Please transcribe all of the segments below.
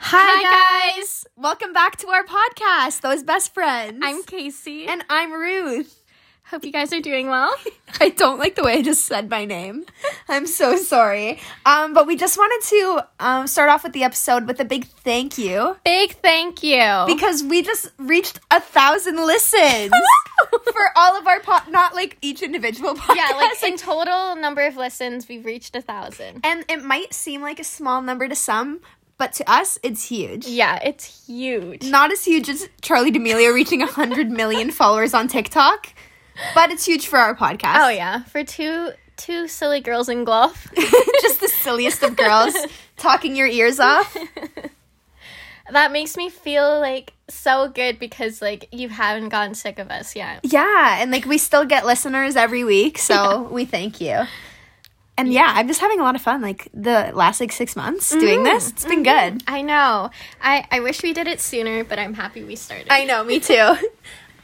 Hi, guys. Welcome back to our podcast, Those Best Friends. I'm Casey. and I'm Ruth. hope you guys are doing well. I don't like the way I just said my name. I'm so sorry. Um, but we just wanted to um, start off with the episode with a big thank you Big thank you. because we just reached a thousand listens for all of our pod, not like each individual podcast. yeah, like in total number of listens, we've reached a thousand. and it might seem like a small number to some, but to us, it's huge. Yeah, it's huge. not as huge as Charlie D'Amelio reaching 100 million followers on TikTok, but it's huge for our podcast. Oh yeah, for two two silly girls in golf. Just the silliest of girls talking your ears off. that makes me feel like so good because like you haven't gotten sick of us yet. Yeah, and like we still get listeners every week, so we thank you. And yeah, Mm-hmm. I'm just having a lot of fun like the last like 6 months doing this. It's been good. I know. I I wish we did it sooner, but I'm happy we started. I know, me too.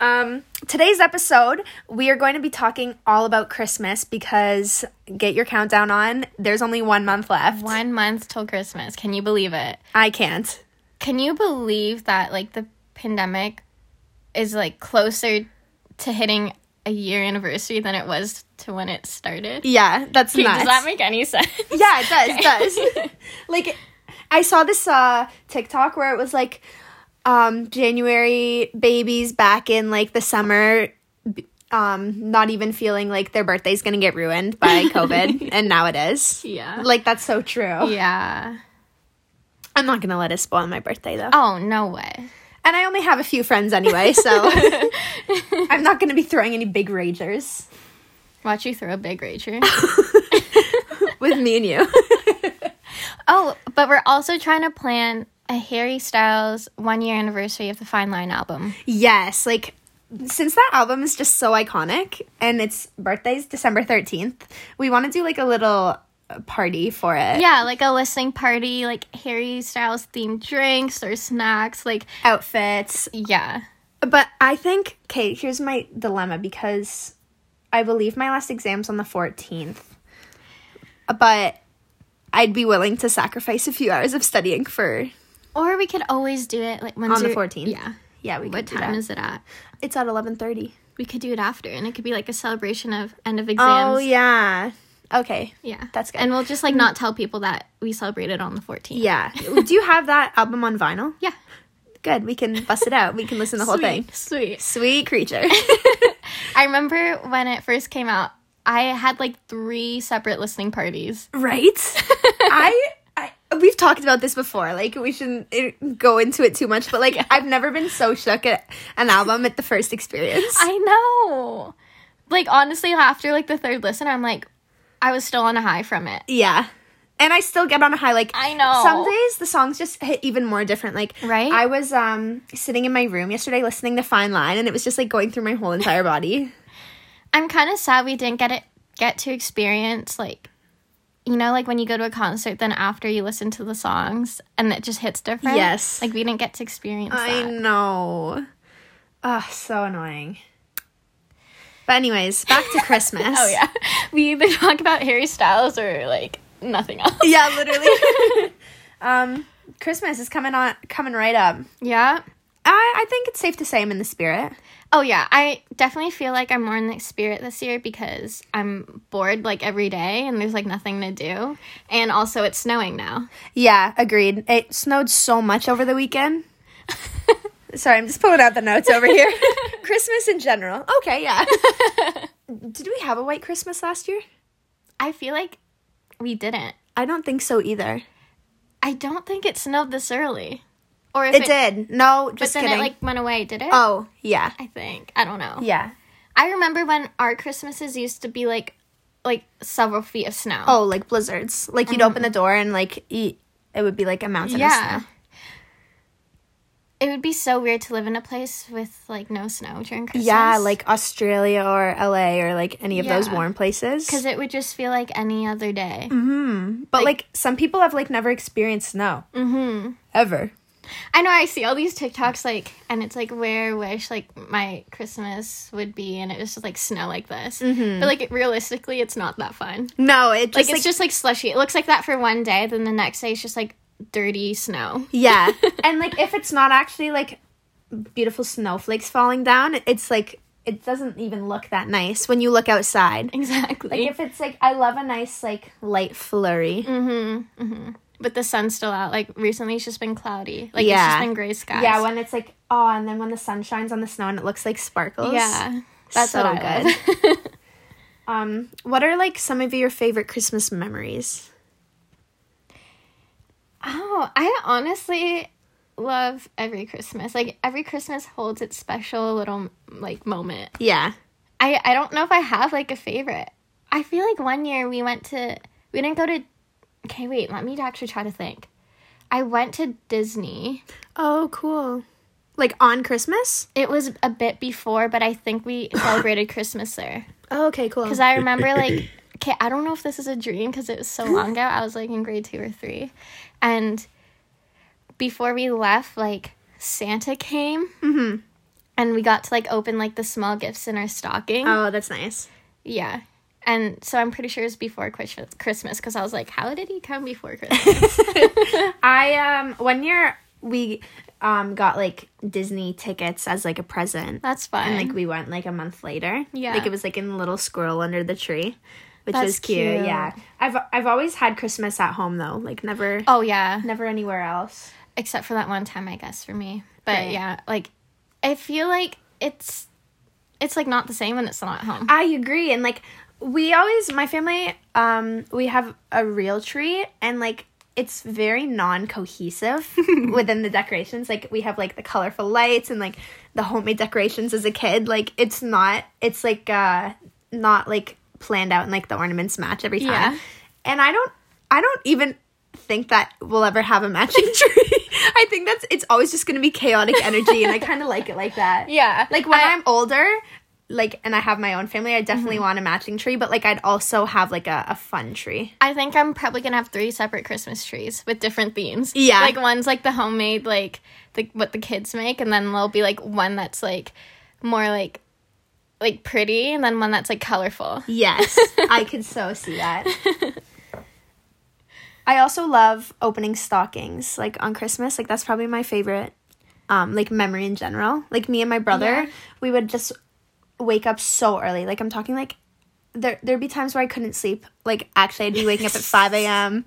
Um, today's episode, we are going to be talking all about Christmas because get your countdown on. There's only one month left. One month till Christmas. Can you believe it? I can't. Can you believe that like the pandemic is like closer to hitting a year anniversary than it was to when it started? Yeah, that's nuts. Does that make any sense? Yeah, it does. It does. like, I saw this uh, TikTok where it was like um, January babies back in like the summer, b- um, not even feeling like their birthday's gonna get ruined by COVID, and now it is. Yeah. Like that's so true. Yeah. I'm not gonna let it spoil my birthday though, Oh, no way. and I only have a few friends anyway, so I'm not gonna be throwing any big ragers Watch you throw a big rager. with me and you. oh, but we're also trying to plan a Harry Styles one year anniversary of the Fine Line album. Yes, like since that album is just so iconic and its birthday's December 13th, we want to do like a little uh, party for it. Yeah, like a listening party, like Harry Styles themed drinks or snacks. Like, Outfits. yeah. But I think okay, here's my dilemma because I believe my last exam's on the 14th. But I'd be willing to sacrifice a few hours of studying for Or we could always do it like when's on the your- 14th. Yeah. Yeah, we What could time is it at? It's at 11:30. We could do it after, and it could be like a celebration of end of exams. Oh yeah. Okay. yeah, that's good. And we'll just like not tell people that we celebrated on the 14th. Yeah. do you have that album on vinyl? yeah. Good. We can bust it out. We can listen to the whole thing. sweet. Sweet creature. I remember when it first came out, I had like three separate listening parties. right? I, I we've talked about this before. Like we shouldn't eh, go into it too much, but like I've never been so shook at an album at the first experience. I know. Like honestly, after like the third listen, I'm like, I was still on a high from it. yeah. And I still get on a high like I know. Some days the songs just hit even more different. Like Right? I was um sitting in my room yesterday listening to Fine Line and it was just like going through my whole entire body. I'm kind of sad we didn't get it get to experience like you know like when you go to a concert then after you listen to the songs and it just hits different. Yes. Like we didn't get to experience I that. know. Ah, so annoying. But anyways, back to Christmas. Oh yeah. We either talk about Harry Styles or like nothing else. Yeah, literally. um, Christmas is coming on, coming right up. Yeah. I, I think it's safe to say I'm in the spirit. Oh yeah, I definitely feel like I'm more in the spirit this year because I'm bored like every day and there's like nothing to do. And also it's snowing now. Yeah, agreed. It snowed so much over the weekend. Sorry, I'm just pulling out the notes over here. Christmas in general. Okay, yeah. Did we have a white Christmas last year? I feel like we didn't. I don't think so either. I don't think it snowed this early. Or if It did. No, But just then kidding. it like went away, did it? oh, yeah. I think. I don't know. Yeah. I remember when our Christmases used to be like like several feet of snow. Oh, like blizzards. Like you'd open the door and like eat. it would be like a mountain of yeah. snow. It would be so weird to live in a place with like no snow during Christmas. Yeah, like Australia or LA or like any of those Yeah. warm places. because it would just feel like any other day. Mm. But like, some people have like never experienced snow. Mm-hmm. Ever. I know I see all these TikToks like, and it's like where I wish like my Christmas would be, and it was just like snow like this. But like it, realistically, it's not that fun. No, it Like Mm-hmm. just it's like, just like slushy. It looks like that for one day, then the next day it's just like dirty snow. Yeah. and like if it's not actually like beautiful snowflakes falling down, it's like it doesn't even look that nice when you look outside. Exactly. Like if it's like I love a nice like light flurry. but the sun's still out. Like recently, it's just been cloudy. Like it's Yeah. just been gray skies. Yeah, when it's like oh, and then when the sun shines on the snow and it looks like sparkles. yeah. That's so so what I good. good. Um, what are like some of your favorite Christmas memories? Oh, I honestly love every Christmas. Like every Christmas holds its special little like moment. Yeah. I I don't know if I have like a favorite. I feel like one year we went to we didn't go to Okay, wait, let me actually try to think. I went to Disney. Oh, cool. Like on Christmas? It was a bit before, but I think we celebrated Christmas there. Oh, okay, cool. Because I remember, like, okay, I don't know if this is a dream because it was so long ago. I was like in grade two or three. And before we left, like, Santa came. Mm-hmm. And we got to, like, open, like, the small gifts in our stocking. oh, that's nice. Yeah. And so I'm pretty sure it was before Chris- Christmas because I was like, how did he come before Christmas? I um one year we um got like Disney tickets as like a present. That's fun. and like we went like a month later. Yeah. Like it was like in a little squirrel under the tree. Which That's was cute. cute. Yeah. I've I've always had Christmas at home though. Like never oh, yeah. never anywhere else. except for that one time i guess for me but Right. yeah like i feel like it's it's like not the same when it's not at home I agree. And like we always my family um we have a real tree and like it's very non-cohesive within the decorations. Like we have like the colorful lights and like the homemade decorations as a kid. Like it's not it's like uh not like planned out and like the ornaments match every time. Yeah. And I don't I don't even think that we'll ever have a matching tree. I think that's it's always just going to be chaotic energy and I kind of like it like that. Yeah. Like when I- Mm-hmm. I'm older, like and I have my own family, I definitely want a matching tree, but like I'd also have like a, a fun tree. i think i'm probably gonna have three separate christmas trees with different themes Yeah. like one's like the homemade like the, what the kids make and then there'll be like one that's like more like like pretty and then one that's like colorful Yes. I could so see that. I also love opening stockings like on Christmas. Like that's probably my favorite um like memory in general. Like me and my brother, Yeah. we would just wake up so early. Like I'm talking like there there'd be times where I couldn't sleep. Like actually I'd be waking up at five AM,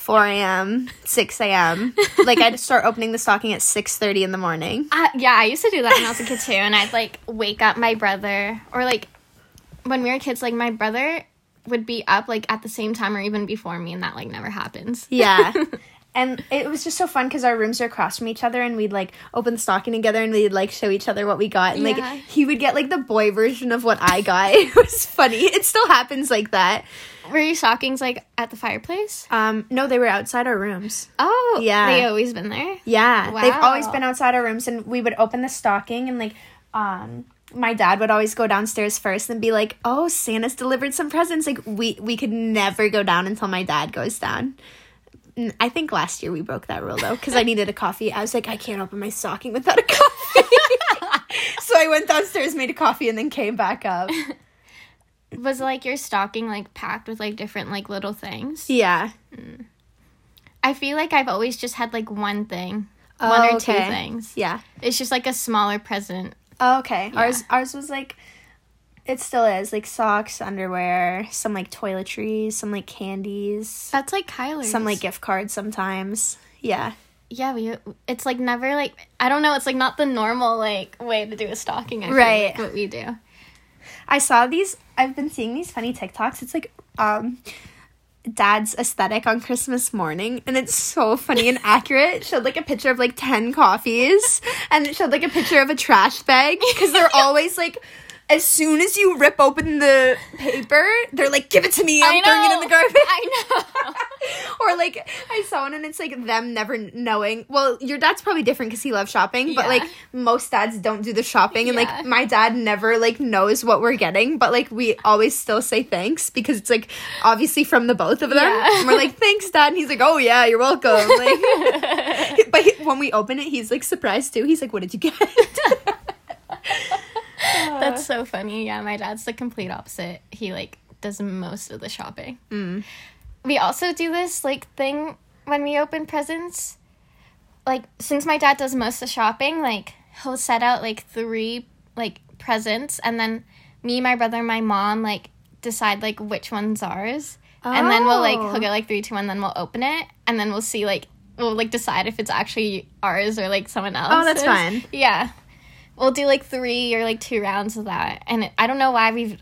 four AM, six AM. Like I'd start opening the stocking at six thirty in the morning. Uh, yeah, I used to do that when I was a kid too, and I'd like wake up my brother, or like when we were kids, like my brother would be up like at the same time or even before me, and that like never happens. Yeah. and it was just so fun because our rooms are across from each other and we'd like open the stocking together and we'd like show each other what we got. And Yeah. like he would get like the boy version of what I got. it was funny. It still happens like that. Were your stockings like at the fireplace? Um, no, they were outside our rooms. Oh, Yeah. they always been there. Yeah. They've always Wow. been outside our rooms and we would open the stocking and like um my dad would always go downstairs first and be like, "Oh, Santa's delivered some presents." Like we we could never go down until my dad goes down. N- I think last year we broke that rule though cuz I needed a coffee. I was like, "I can't open my stocking without a coffee." so I went downstairs, made a coffee and then came back up. Was like your stocking like packed with like different like little things? Yeah. I feel like I've always just had like one thing, one or two Oh, okay. things. Yeah. It's just like a smaller present. Oh, okay. Ours ours was like it still is like socks, underwear, some like toiletries, some like candies, That's like Kyler's. some like gift cards sometimes. Yeah. Yeah, we, it's like never like I don't know. It's like not the normal like way to do a stocking. I feel Right. like, what we do. I saw these I've been seeing these funny TikToks. It's like um dad's aesthetic on Christmas morning and it's so funny and accurate. It showed like a picture of like 10 coffees and it showed like a picture of a trash bag cuz they're always like as soon as you rip open the paper, they're like, "Give it to me! I'm throwing it in the garbage." I know. or like I saw one and it's like them never knowing. Well, your dad's probably different because he loves shopping, but Yeah. like most dads don't do the shopping, and Yeah. like my dad never like knows what we're getting, but like we always still say thanks because it's like obviously from the both of them. Yeah. And we're like thanks, dad, and he's like, oh yeah, you're welcome. Like, but he- when we open it, he's like surprised too. He's like, what did you get? That's so funny. Yeah, my dad's the complete opposite. Mm. He like does most of the shopping. We also do this like thing when we open presents, like since my dad does most of the shopping, like he'll set out like three like presents and then me, my brother, and my mom like decide like which one's ours. And then we'll like Oh. he'll get like three, two, one, then we'll open it and then we'll see like we'll like decide if it's actually ours or like someone else's. Oh, that's fun. Yeah. We'll do like three or like two rounds of that. And it, I don't know why we've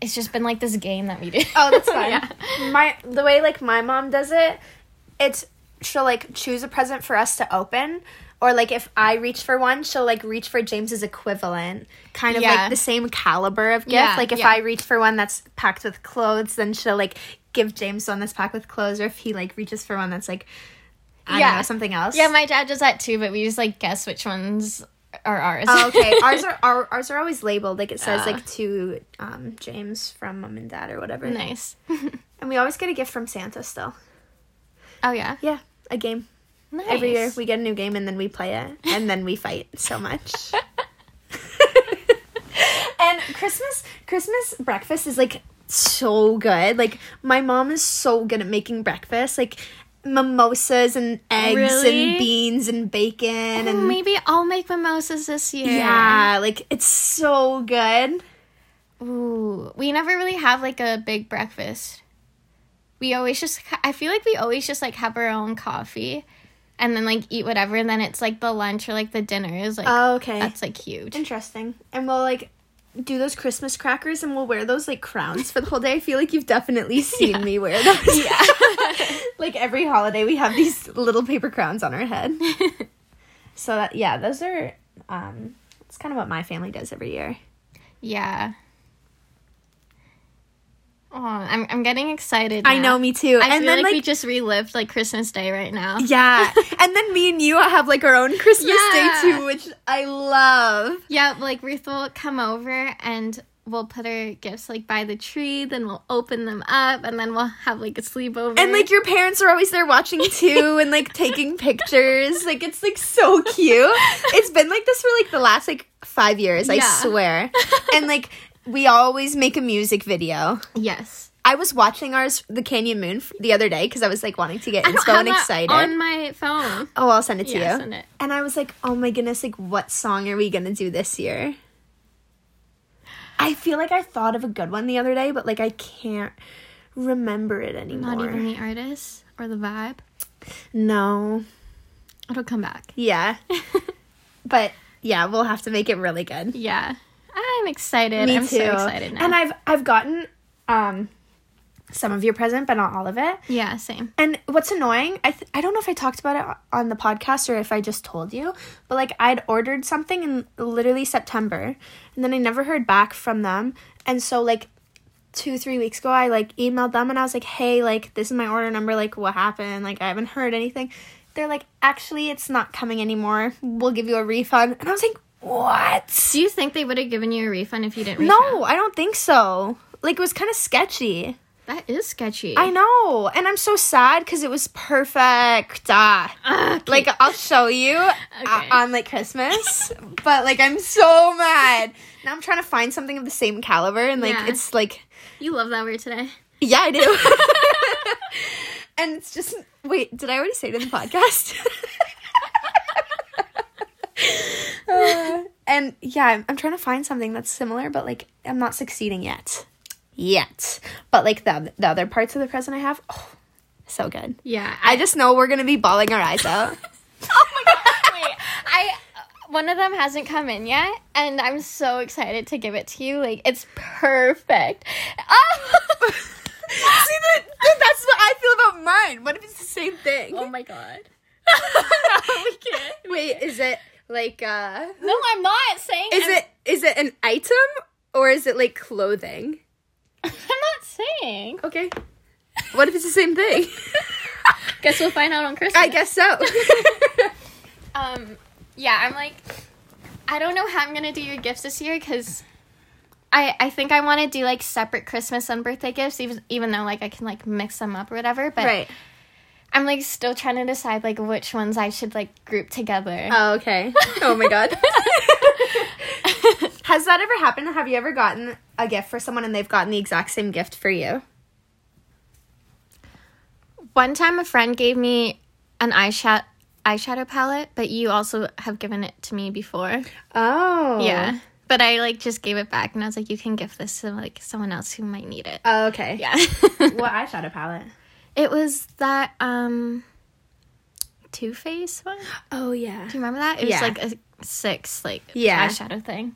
it's just been like this game that we do. Oh, that's fine. Yeah. My the way like my mom does it, it's she'll like choose a present for us to open, or like if I reach for one, she'll like reach for James's equivalent, kind of Yeah. like the same caliber of gift. Yeah, like if yeah. I reach for one that's packed with clothes, then she'll like give James one that's packed with clothes, or if he like reaches for one that's like. I Yeah. don't know, something else. Yeah, my dad does that too, but we just like guess which ones are ours. Oh, okay. Ours are our, ours are always labeled. Like it says Yeah. like to um, James from mom and dad or whatever. nice. And we always get a gift from Santa still. Oh yeah. Yeah, a game. Nice. Every year we get a new game and then we play it and then we fight so much. and Christmas Christmas breakfast is like so good. Like my mom is so good at making breakfast. Like mimosas and eggs Really? and beans and bacon Oh, and maybe I'll make mimosas this year. yeah, like it's so good. Ooh, we never really have like a big breakfast. We always just I feel like we always just like have our own coffee and then like eat whatever and then it's like the lunch or like the dinner is like Oh, okay. that's like huge. Interesting. And we'll like do those Christmas crackers and we'll wear those like crowns for the whole day. I feel like you've definitely seen me wear those. Yeah. like every holiday we have these little paper crowns on our head. so that yeah, those are um it's kind of what my family does every year. Yeah. Oh, I'm I'm getting excited. I know, now. me too. I and feel then like, like, we just relived like Christmas Day right now. yeah, and then me and you have like our own Christmas Yeah. day too, which I love. Yeah, like Ruth will come over and we'll put our gifts like by the tree, then we'll open them up, and then we'll have like a sleepover. And like your parents are always there watching too and like taking pictures. Like it's like so cute. It's been like this for like the last like 5 years, I Yeah. swear. And like we always make a music video. yes, I was watching ours the Canyon Moon f- the other day cuz I was like wanting to get I don't inspo have and that excited. on my phone. oh, I'll send it to Yeah, you. send it. And I was like, "Oh my goodness, like what song are we going to do this year?" I feel like I thought of a good one the other day, but like I can't remember it anymore. Not even the artist or the vibe. no. It'll come back. Yeah. but yeah, we'll have to make it really good. Yeah, I'm excited. I'm so excited now. And I've I've gotten um some of your present, but not all of it. yeah, same. And what's annoying, I th- I don't know if I talked about it on the podcast or if I just told you, but like I'd ordered something in literally September, and then I never heard back from them, and so like two three weeks ago I like emailed them and I was like, hey, like this is my order number, like what happened, like I haven't heard anything. They're like, actually, it's not coming anymore. We'll give you a refund, and I was like, what? Do you think they would have given you a refund if you didn't? reach out? No, I don't think so. Like it was kind of sketchy. that is sketchy. I know, and I'm so sad because it was perfect. Ah. Ugh, Like I'll show you uh, Okay. on like Christmas, but like I'm so mad. Now I'm trying to find something of the same caliber, and like Yeah. it's like you love that word today. yeah, I do. and it's just wait, did I already say it in the podcast? Uh, and yeah, I'm, I'm trying to find something that's similar, but like I'm not succeeding yet, yet. But like the the other parts of the present I have, oh, so good. Yeah, I just know we're gonna be bawling our eyes out. Oh my god! Wait, I one of them hasn't come in yet, and I'm so excited to give it to you. Like it's perfect. Oh, See that? That's what I feel about mine. What if it's the same thing? Oh my god! we can't. Wait, is it like uh? No, I'm not saying. Is I'm, it is it an item or is it like clothing? I'm not saying. Okay. What if it's the same thing? Guess we'll find out on Christmas. I guess so. Um, yeah, I'm like, I don't know how I'm gonna do your gifts this year because. I, I think I want to do like separate Christmas and birthday gifts, even even though like I can like mix them up or whatever. But right. I'm like still trying to decide like which ones I should like group together. Oh, okay. Oh my god. Has that ever happened? Have you ever gotten a gift for someone and they've gotten the exact same gift for you? One time a friend gave me an eyeshadow eyeshadow palette, but you also have given it to me before. Oh. Yeah. But I like just gave it back and I was like, you can give this to like someone else who might need it. Oh, okay. Yeah. What eyeshadow palette? it was that um Two Face one. Oh yeah. Do you remember that? It Yeah. was like a six like Yeah. eyeshadow thing.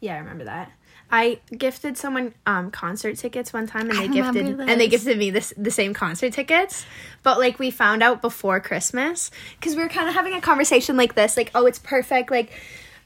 Yeah, I remember that. I gifted someone um concert tickets one time and I they gifted remember and they this. gifted me this the same concert tickets. But like we found out before Christmas cuz we were kind of having a conversation like this like oh it's perfect like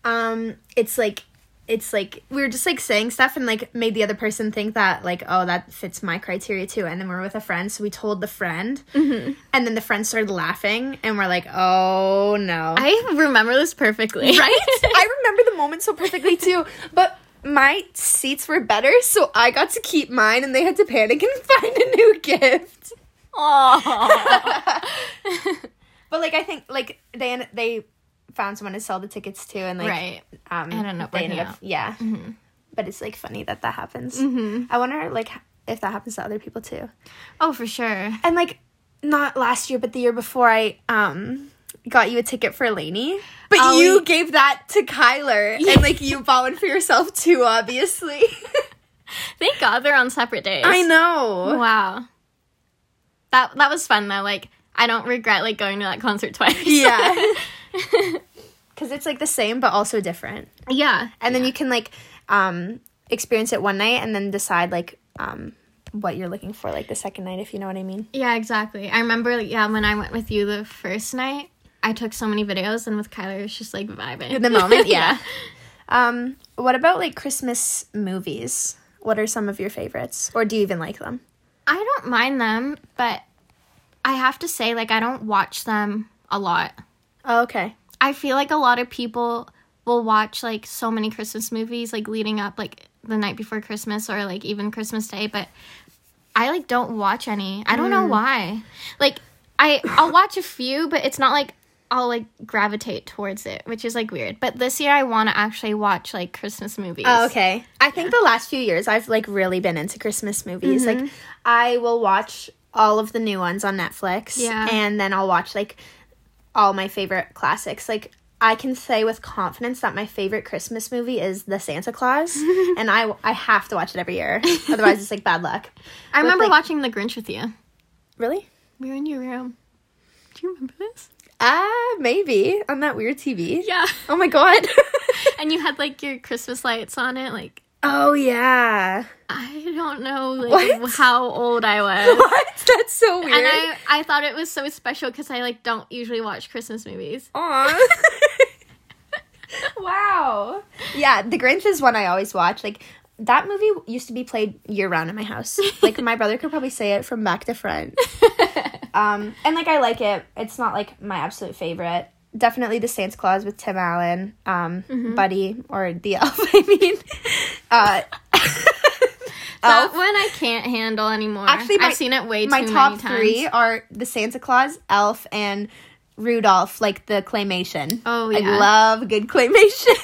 um it's like it's like we were just like saying stuff and like made the other person think that like oh that fits my criteria too and then we we're with a friend so we told the friend Mm-hmm. and then the friend started laughing and we're like oh no I remember this perfectly. right? I remember the moment so perfectly too. But my seats were better, so I got to keep mine, and they had to panic and find a new gift. Aw. But like, I think like they en- they found someone to sell the tickets to, and like right. um, And ended up they working ended up out. Mm-hmm. yeah. But it's like funny that that happens. I wonder like h- if that happens to other people too. Oh, for sure. And like not last year, but the year before, I um got you a ticket for Lainey. But Oh, you y- gave that to Kyler, and like you bought one for yourself too, obviously. Thank God they're on separate days. I know. Wow. That that was fun though. Like I don't regret like going to that concert twice. Yeah. Cause it's like the same but also different. yeah. And then you can like um experience it one night and then decide like um what you're looking for like the second night if you know what I mean. Yeah, exactly. I remember like, yeah, when I went with you the first night, I took so many videos and with Kyler it was just like vibing. In the moment, yeah. Um what about like Christmas movies? What are some of your favorites? Or do you even like them? I don't mind them, but I have to say like I don't watch them a lot. Oh, okay. I feel like a lot of people will watch like so many Christmas movies like leading up like the night before Christmas or like even Christmas Day, but I like don't watch any. I don't Mm. know why. Like I I'll watch a few, but it's not like I'll like gravitate towards it, which is like weird. But this year I want to actually watch like Christmas movies. Oh, okay. I think the last few years I've like really been into Christmas movies. Mm-hmm. Like I will watch all of the new ones on Netflix. Yeah. And then I'll watch like all my favorite classics. Like I can say with confidence that my favorite Christmas movie is The Santa Claus, and I I have to watch it every year. Otherwise, it's like bad luck. I remember like- watching The Grinch with you. Really? We were in your room. Do you remember this? Ah, maybe on that weird TV. Yeah. Oh my god. and you had like your Christmas lights on it like oh yeah. I don't know like What? how old I was. What? That's so weird. And I, I thought it was so special because I like don't usually watch Christmas movies. Aw. wow. Yeah, The Grinch is one I always watch. Like that movie used to be played year round in my house. Like my brother could probably say it from back to front. Um, and like I like it. It's not like my absolute favorite. Definitely the Santa Claus with Tim Allen, um, Buddy, or the Elf. I mean, uh, That one I can't handle anymore. Actually, Actually, my- I've seen it way too my many top times. three are the Santa Claus, Elf, and Rudolph, like the claymation. Oh, I yeah. love good claymation.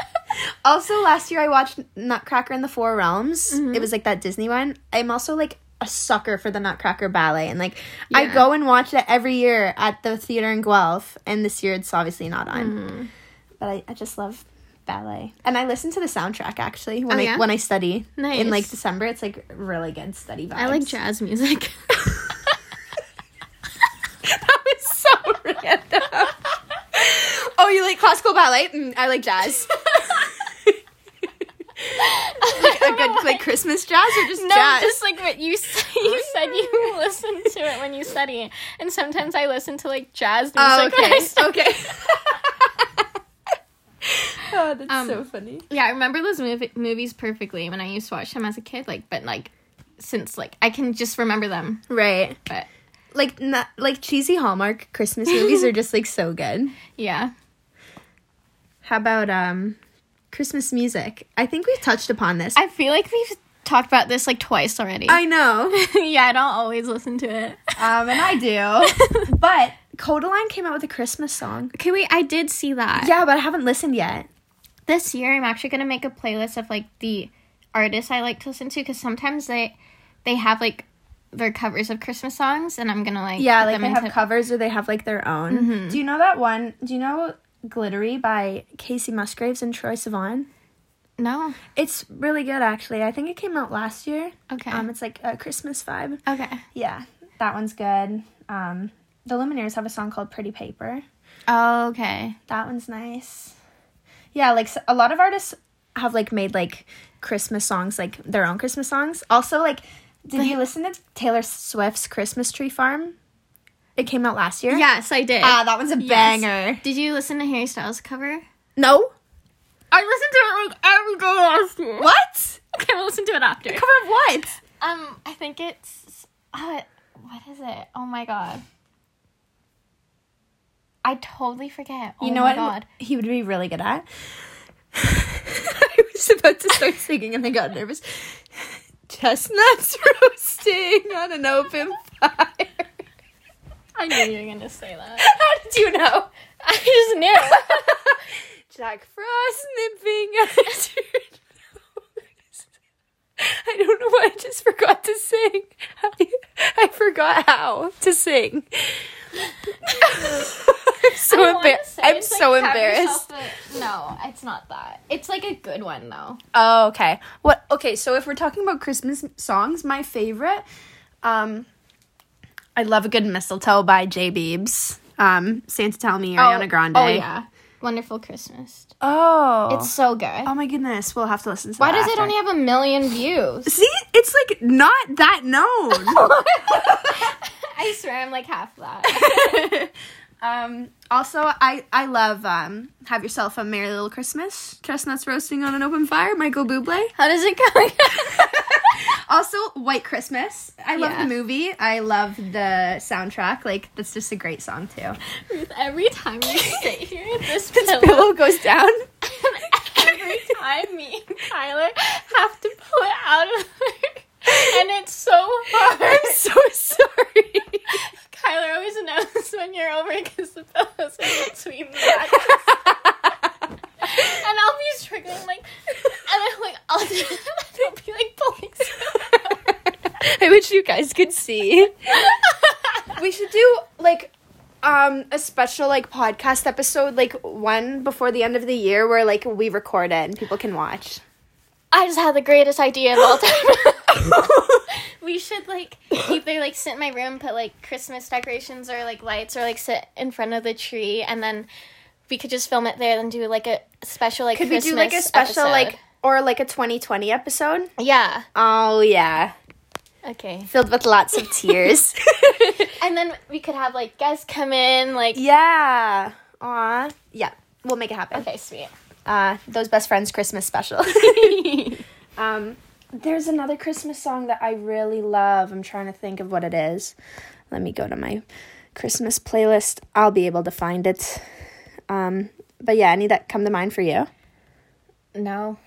also, last year I watched Nutcracker in the Four Realms. Mm-hmm. It was like that Disney one. I'm also like a sucker for the Nutcracker ballet, and like I Yeah. go and watch it every year at the theater in Guelph. And this year it's obviously not on, Mm-hmm. but I, I just love ballet, and I listen to the soundtrack actually when Oh, I yeah? when I study in like Nice. December. It's like really good study vibes. I like jazz music. That was so random. oh, you like classical ballet? Mm, I like jazz. like a good like Christmas jazz or just no, jazz? just like what you s- you said, you listen to it when you study, and sometimes I listen to like jazz music. oh, when I okay, study. okay. oh, that's so funny. Yeah, I remember those movie- movies perfectly when I used to watch them as a kid. Like, but like since like I can just remember them, Right, but. like not, like cheesy Hallmark Christmas movies are just like so good. Yeah. How about um, Christmas music? I think we've touched upon this. I feel like we've talked about this like twice already. I know. yeah, I don't always listen to it. Um, and I do. but Codaline came out with a Christmas song. Okay, wait, I did see that. Yeah, but I haven't listened yet. This year I'm actually going to make a playlist of like the artists I like to listen to cuz sometimes they they have like their covers of Christmas songs, and I'm gonna like Yeah, put like them Mm-hmm. they into- have covers or they have like their own. Do you know that one? Do you know Glittery by Casey Musgraves and Troy Sivan? no It's really good actually. I think it came out last year. okay Um, it's like a Christmas vibe. okay Yeah, that one's good. Um, the Lumineers have a song called Pretty Paper. okay That one's nice. Yeah, like s- a lot of artists have like made like Christmas songs, like their own Christmas songs. Also, like, did you listen to Taylor Swift's Christmas Tree Farm? It came out last year. yes I did Ah, that one's a Yes. banger. Did you listen to Harry Styles cover? No? I listened to it like every day last year. What? What? Okay, we'll listen to it after. Cover of what? Um, I think it's uh, what is it? Oh my god. I totally forget. You oh know my what god. he would be really good at? I was about to start singing and I got nervous. Chestnuts roasting on an open fire. I knew you were gonna say that. How did you know? I just knew. Jack Frost nipping at your nose. I don't know why I just forgot to sing. I, I forgot how to sing. I'm so, I wanna embar- say I'm it's, like, so have embarrassed. yourself a- no, it's not that. It's like a good one though. Oh, okay. What? Okay, so if we're talking about Christmas songs, my favorite, um, I love a good mistletoe by J. Beebs. Um, Santa Tell Me, Ariana Grande. Oh yeah. Wonderful Christmas. Oh, It's so good. oh my goodness. We'll have to listen to. Why that does it after. only have a million views? See, it's like not that known. I swear I'm like half that. um, also, I I love um, "Have Yourself a Merry Little Christmas." Chestnuts roasting on an open fire, Michael Bublé. How does it go? Also, "White Christmas." I love Yeah. the movie. I love the soundtrack. Like that's just a great song too. Ruth, every time you sit here at this pillow, Pillow goes down. every time me and Tyler have to pull it out of her, and it's so hard. I'm so sorry. Kyler always knows when you're over because the pillows are between the backs. And I'll be struggling, like, and I'm like, I'll, I'll be like pulling stuff out. I wish you guys could see. we should do like um a special like podcast episode like one before the end of the year where like we record it and people can watch I just had the greatest idea of all time. we should like either like sit in my room, put like Christmas decorations or like lights, or like sit in front of the tree, and then we could just film it there and do like a special like could we Christmas do like a special episode. like or like a 2020 episode yeah oh yeah okay, filled with lots of tears and then we could have like guests come in like yeah Aw. yeah we'll make it happen okay sweet uh those best friends christmas special um there's another christmas song that i really love i'm trying to think of what it is let me go to my christmas playlist i'll be able to find it um but yeah any that come to mind for you no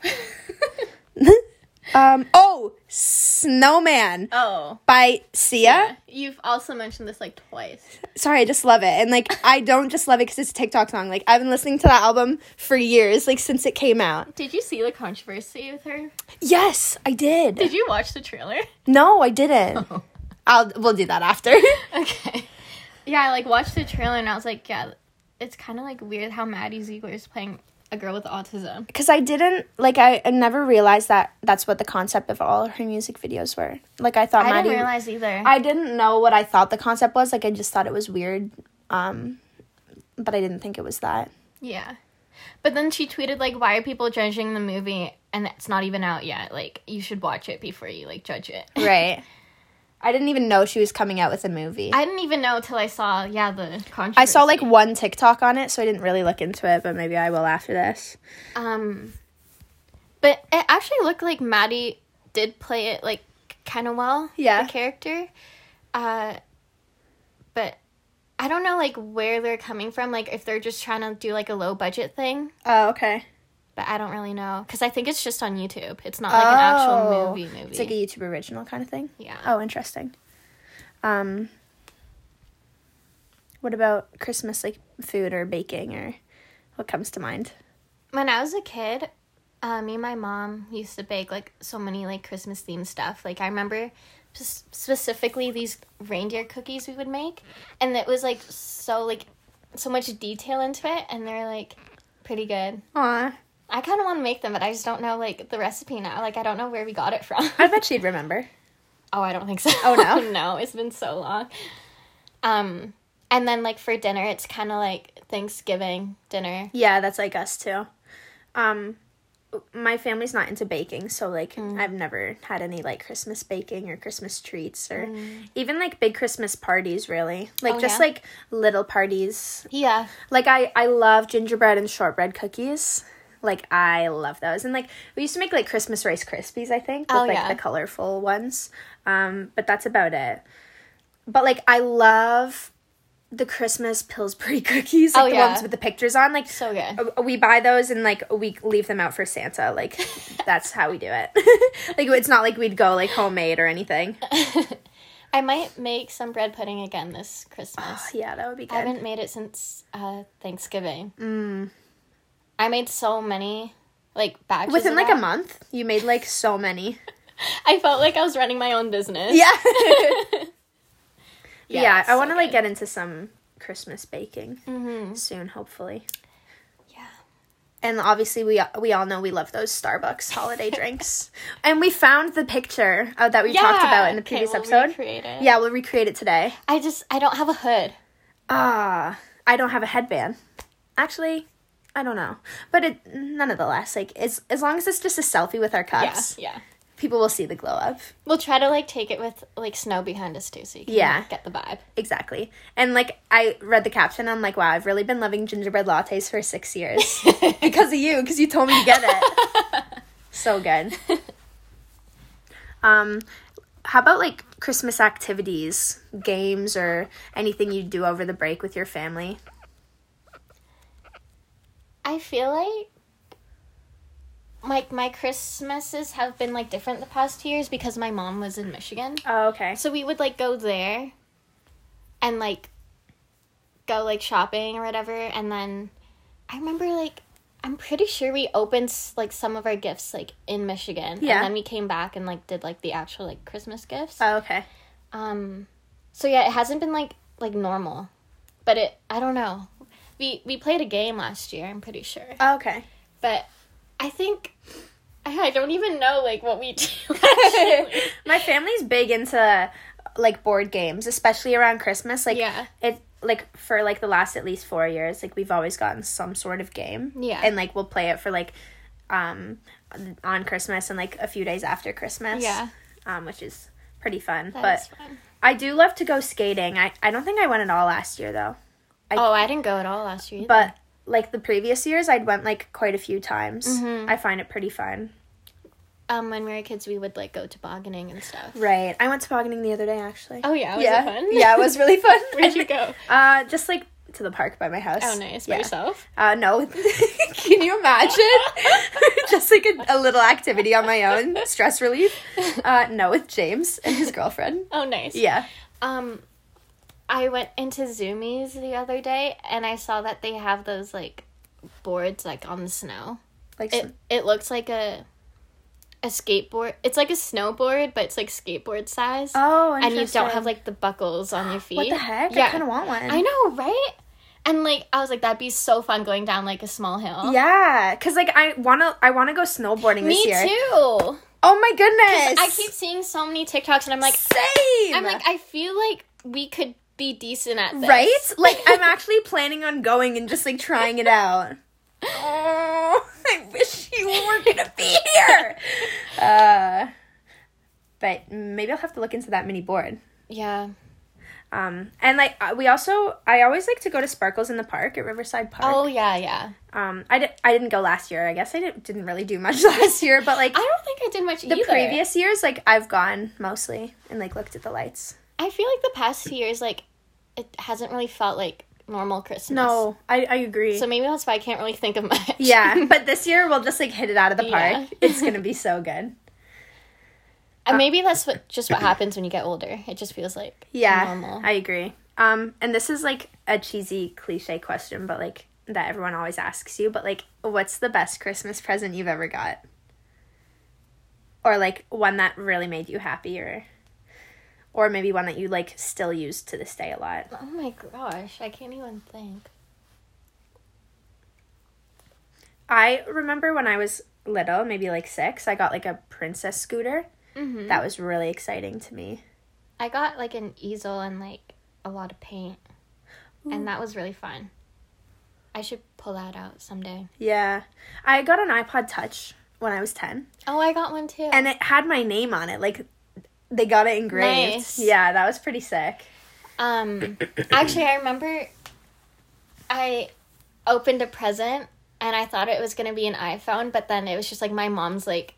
um oh snowman oh by sia you've also mentioned this like twice sorry i just love it and like i don't just love it because it's a tiktok song like i've been listening to that album for years like since it came out did you see the controversy with her yes i did did you watch the trailer no i didn't i'll we'll do that after Okay. Yeah, I like watched the trailer and I was like, yeah, it's kind of like weird how Maddie Ziegler is playing a girl with autism. because I didn't like I, I never realized that that's what the concept of all her music videos were. Like I thought I Maddie, didn't realize either. I didn't know what I thought the concept was. Like I just thought it was weird, um, but I didn't think it was that. yeah. But then she tweeted like, why are people judging the movie and it's not even out yet? Like, you should watch it before you like judge it. Right. I didn't even know she was coming out with a movie. I, I didn't even know till I saw yeah the controversy. saw like one TikTok on it, so I didn't really look into it. But maybe I will after this. um, but it actually looked like Maddie did play it like kind of well. Yeah. the character. Uh, but I don't know like where they're coming from. Like if they're just trying to do like a low budget thing, Oh, okay. but I don't really know because I think it's just on YouTube. It's not like an actual Oh. movie movie. It's like a YouTube original kind of thing. yeah. Oh, interesting. Um, what about Christmas like food or baking or what comes to mind? When I was a kid, uh, me and my mom used to bake like so many like Christmas themed stuff. Like I remember s- specifically these reindeer cookies we would make, and it was like so like so much detail into it, and they're like pretty good. Aw. I kind of want to make them, but I just don't know like the recipe now. Like I don't know where we got it from. I bet she'd remember. Oh, I don't think so. Oh, no? no, it's been so long. Um, and then like for dinner, it's kind of like Thanksgiving dinner. Yeah, that's like us too. Um my family's not into baking, so like Mm. I've never had any like Christmas baking or Christmas treats or even like big Christmas parties really. Like Mm. Oh, just yeah? like little parties. Yeah, Like I I love gingerbread and shortbread cookies. Like I love those. And like we used to make like Christmas Rice Krispies, I think, with Oh, like yeah. the colorful ones. Um but that's about it. But like I love the Christmas Pillsbury cookies, like Oh, the yeah. ones with the pictures on. Like so good. uh, we buy those and like we leave them out for Santa. Like that's how we do it. like it's not like we'd go like homemade or anything. I might make some bread pudding again this Christmas. Yeah, that would be I good. haven't made it since uh, Thanksgiving. Mm. I made so many like batches Within of like a that. month, you made like so many. I felt like I was running my own business. Yeah. Yeah, yeah, it's I so want to like good. Mm-hmm. get into some Christmas baking soon, hopefully. Yeah. And obviously, we we all know we love those Starbucks holiday drinks. And we found the picture uh, that we Yeah. talked about in the Okay, previous we'll episode. recreate it. Yeah, we'll recreate it today. I just I don't have a hood. Ah, I don't have a headband. Actually, I don't know, but it none of the less. Like as as long as it's just a selfie with our cups, Yeah, yeah. people will see the glow up. We'll try to like take it with like snow behind us too, so you can Yeah. like, get the vibe. Exactly. And like I read the caption, I'm like, wow, I've really been loving gingerbread lattes for six years because of you, because you told me to get it. so good. Um, how about like Christmas activities, games, or anything you do over the break with your family? I feel like like my Christmases have been like different the past two years because my mom was in Michigan. Oh, okay. So we would like go there and like go like shopping or whatever and then I remember like I'm pretty sure we opened s- like some of our gifts like in Michigan Yeah. and then we came back and like did like the actual like Christmas gifts. Oh, okay. Um so yeah, it hasn't been like like normal. But it I don't know. We we played a game last year, I'm pretty sure. Oh, okay. But I think I, I don't even know like what we do. actually. My family's big into like board games, especially around Christmas. Like Yeah. it like for like the last at least four years, like we've always gotten some sort of game. Yeah. And like we'll play it for like um on Christmas and like a few days after Christmas. yeah, Um, which is pretty fun. that but was fun. I do love to go skating. I, I don't think I went at all last year though. Oh, I didn't go at all last year. Either. But like the previous years I'd went like quite a few times. Mm-hmm. I find it pretty fun. um, when we were kids, we would like go tobogganing and stuff. Right. I went tobogganing the other day actually. Oh yeah, was yeah. it fun? Yeah, it was really fun. Where'd you go? Uh, just like to the park by my house. Oh, nice by Yeah. yourself. Uh, no. Can you imagine? just like a, a little activity on my own, stress relief. Uh, no, with James and his girlfriend. Oh, nice. Yeah. Um, I went into Zoomies the other day and I saw that they have those like boards like on the snow. Like It it looks like a a skateboard. It's like a snowboard, but it's like skateboard size. oh, and you don't have interesting. like the buckles on your feet. what the heck? I kind of want one. I know, right? And like I was like, that'd be so fun going down like a small hill. Yeah, cause like I wanna I wanna go snowboarding Me this year. too. Oh my goodness! I keep seeing so many TikToks, and I'm like, same. I'm like, I feel like we could be decent at this. Right? Like I'm actually planning on going and just like trying it out. Oh, I wish you were gonna be here. Uh, but maybe I'll have to look into that mini board. Yeah. Um, and like I- we also, I always like to go to Sparkles in the Park at Riverside Park. Oh yeah, yeah. Um, I di- I didn't go last year. I guess I didn't, didn't really do much last year. But like I don't think I did much the either. previous years, like I've gone mostly and like looked at the lights. I feel like the past two years, like it hasn't really felt like normal Christmas. No, I I agree. So maybe that's why I can't really think of much. Yeah, but this year we'll just like hit it out of the park. Yeah. It's gonna be so good. and maybe that's what just what happens when you get older. It just feels like Yeah, normal. I agree. Um, and this is like a cheesy cliche question, but like that everyone always asks you. But like, what's the best Christmas present you've ever got? Or like one that really made you happy, or or maybe one that you like still use to this day a lot. Oh my gosh, I can't even think. I remember when I was little, maybe like six, I got like a princess scooter. Mhm. That was really exciting to me. I got like an easel and like a lot of paint, and that was really fun. I should pull that out someday. Yeah. I got an iPod Touch when I was 10, Oh, I got one too. and it had my name on it. Like, they got it engraved. Nice. Yeah, that was pretty sick. Um, actually, I remember I opened a present and I thought it was gonna be an iPhone, but then it was just like my mom's like,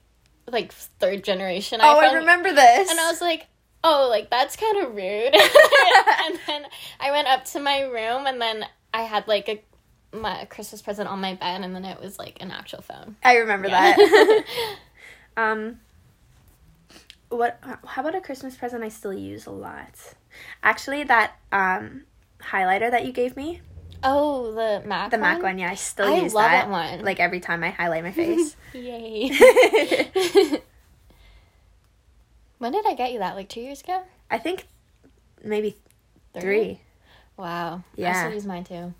like third generation. Oh, I iPhone. remember this. And I was like, oh, like that's kind of rude. and then I went up to my room, and then I had like a my a Christmas present on my bed, and then it was like an actual phone. I remember that. um, what? How about a Christmas present I still use a lot? Actually, that um highlighter that you gave me, oh, the Mac. the Mac one, yeah, I still I use love that. that one. Like every time I highlight my face. Yay. when did I get you that? Like two years ago. I think maybe three. Wow. I Yeah. still use mine too.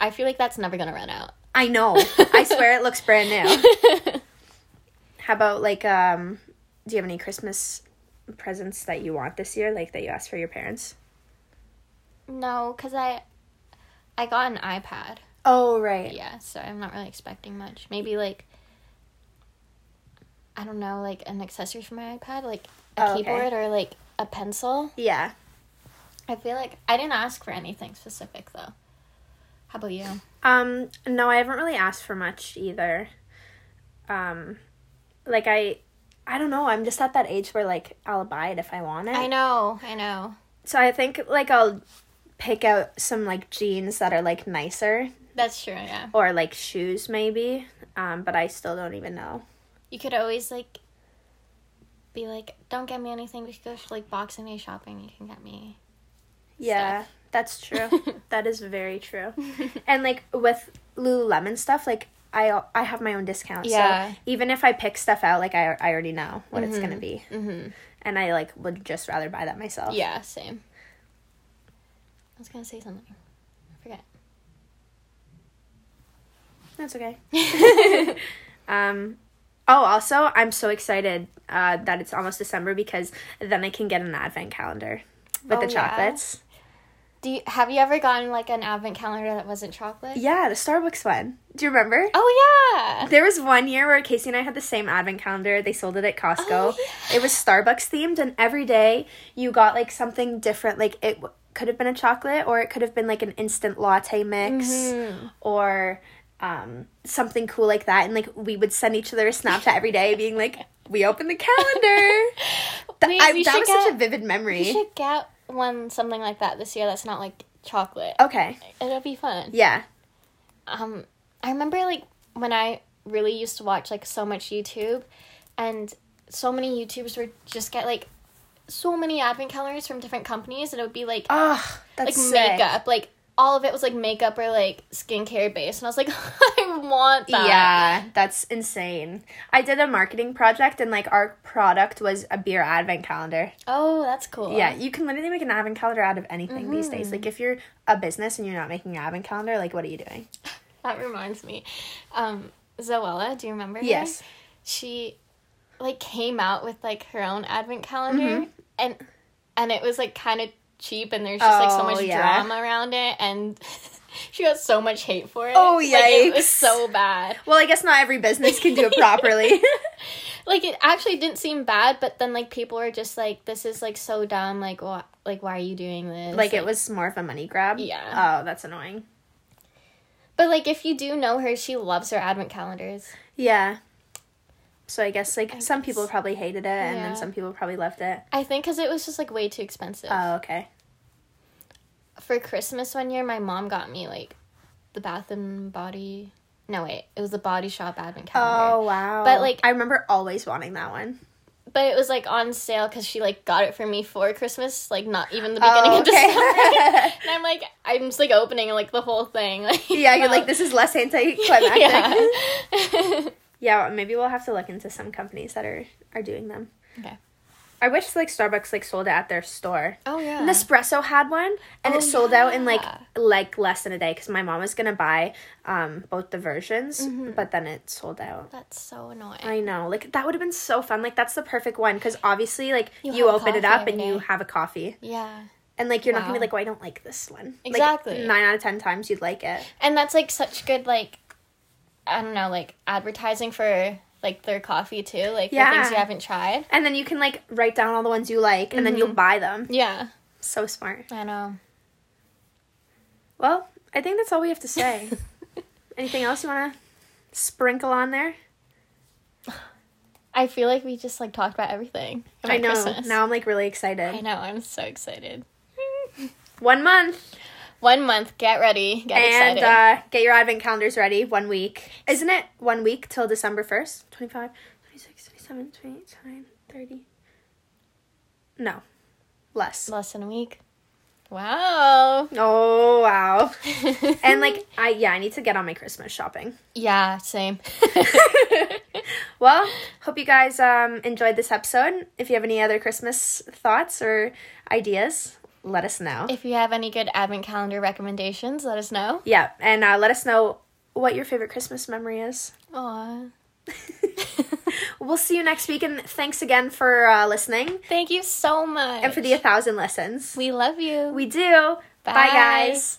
I feel like that's never gonna run out. I know. I swear it looks brand new. How about like um? Do you have any Christmas presents that you want this year? Like that you asked for your parents? No, cause I, I got an iPad. Oh right. Yeah, so I'm not really expecting much. Maybe like, I don't know, like an accessory for my iPad, like a Oh, okay. keyboard or like a pencil. Yeah. I feel like I didn't ask for anything specific though. How about you? Um, no, I haven't really asked for much either. Um, like I, I don't know. I'm just at that age where like I'll buy it if I want it. I know, I know. So I think like I'll pick out some like jeans that are like nicer That's true. Yeah, or like shoes maybe. Um, but I still don't even know. you could always like, be like, don't get me anything. We could go like Boxing Day shopping. You can get me Yeah, that's true. that is very true. And like with Lululemon stuff, like I I have my own discount. Yeah. So even if I pick stuff out, like I I already know what it's gonna be, Mm-hmm. and I like would just rather buy that myself. Yeah, same. I was gonna say something. I forget. That's okay. um, oh, also, I'm so excited uh, that it's almost December because then I can get an advent calendar with Oh, the yeah? chocolates. Do you, have you ever gotten like an advent calendar that wasn't chocolate? Yeah. the Starbucks one. Do you remember? Oh yeah. There was one year where Casey and I had the same advent calendar. They sold it at Costco. Oh, It was Starbucks themed, and every day you got like something different. Like it w- could have been a chocolate, or it could have been like an instant latte mix, Mm-hmm. or um, something cool like that. And like we would send each other a Snapchat every day, being like, "We opened the calendar." Th- Wait, I- we that should was get, such a vivid memory. we should get one something like that this year that's not like chocolate. Okay. It'll be fun. Oh. Yeah. Um I remember like when I really used to watch like so much YouTube and so many YouTubers would just get like so many advent calendars from different companies and it would be like Oh, like that's sick. makeup. Like all of it was like makeup or like skincare based and I was like I want that. Yeah, that's insane. I did a marketing project and like our product was a beer advent calendar. Oh, that's cool. Mm-hmm. Yeah, you can literally make an advent calendar out of anything these days. Like if you're a business and you're not making an advent calendar, like what are you doing? That reminds me. Um, Zoella, do you remember her? Yes. She like came out with like her own advent calendar Mm-hmm. and and it was like kind of cheap and there's just like so Oh, much yeah. drama around it and she got so much hate for it. Oh, Like, it yikes. was so bad. Well, I guess not every business can do it properly. Like it actually didn't seem bad, but then like people were just like this is like so dumb like wh- like why are you doing this? like it was more of a money grab. Yeah. Oh, that's annoying. But like if you do know her, she loves her advent calendars. Yeah. So I guess like some people guess- probably hated it and Yeah. then some people probably loved it. I think cuz it was just like way too expensive. Oh, okay. for Christmas one year, my mom got me like the Bath and Body. No wait, it was the Body Shop advent calendar. Oh, wow. But, like- I remember always wanting that one. But it was like on sale because she like got it for me for Christmas, like not even the beginning Oh, of December. okay. and I'm like, I'm just like opening like the whole thing. Like Yeah, you're no. like, this is less anticlimactic. yeah. Yeah. yeah, maybe we'll have to look into some companies that are, are doing them. okay. I wish like Starbucks like sold it at their store. Oh yeah. Nespresso had one, and Oh, it sold out in like yeah. like less than a day because my mom was gonna buy um both the versions, Mm-hmm. but then it sold out. That's so annoying. I know, like that would have been so fun. Like that's the perfect one because obviously, like You you, have open it coffee up every and you day. have a coffee, yeah. and like you're not gonna be Wow. like, "Oh, I don't like this one." Like, Exactly. nine out of ten times you'd like it. And that's like such good like I don't know, like advertising for like their coffee too, like the things you Yeah. haven't tried. And then you can like write down all the ones you like, and Mm-hmm. then you'll buy them. Yeah. So smart. I know. Well, I think that's all we have to say. Anything else you want to sprinkle on there? I feel like we just like talked about everything. About I know. Christmas. Now I'm like really I excited. know, I'm so excited. One month, One month, get ready, get and excited. uh, get your advent calendars ready. One week, isn't it? One week till December first. 25, 26, 27, 28, 29, 30. No, less. Less than a week. Wow. Oh wow! and like I yeah, I need to get on my Christmas shopping. Yeah, same. Well, hope you guys um, enjoyed this episode. If you have any other Christmas thoughts or ideas, let us know. if you have any good advent calendar recommendations, let us know. Yeah, and uh, let us know what your favorite Christmas memory is. Aww. We'll see you next week, and thanks again for uh, listening Thank you so much. and for the 1,000 listens. We love you. We do. Bye, Bye. guys.